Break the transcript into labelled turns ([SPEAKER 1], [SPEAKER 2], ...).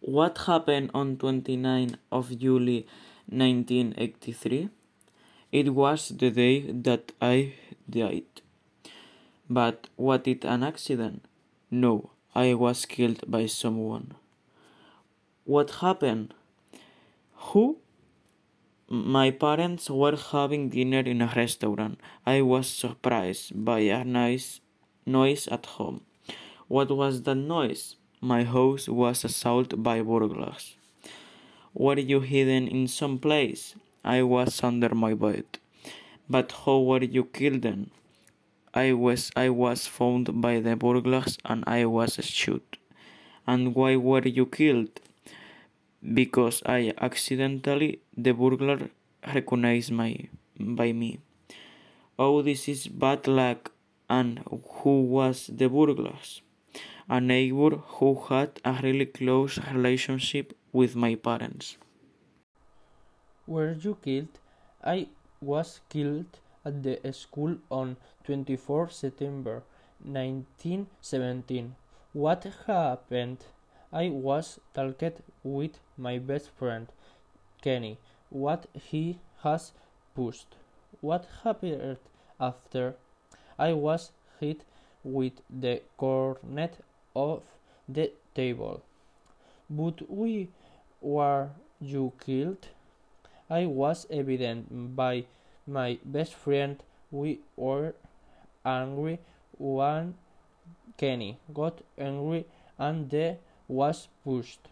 [SPEAKER 1] What happened on 29 of July 1983? It was the day that I died. But was it an accident? No, I was killed by someone. What happened? Who? My parents were having dinner in a restaurant. I was surprised by a nice noise at home. What was that noise? My house was assaulted by burglars. Were you hidden in some place? I was under my bed. But how were you killed then? I was I was found by the burglars and I was shot. And why were you killed? Because I accidentally the burglar recognized my by me. Oh this is bad luck and who was the burglars? A neighbor who had a really close relationship with my parents.
[SPEAKER 2] Were you killed? I was killed at the school on 24 September 1917. What happened? I was talked with my best friend Kenny. What he has pushed. What happened after? I was hit with the cornet of the table. But we were you killed? I was evident by my best friend we were angry when Kenny got angry and was pushed.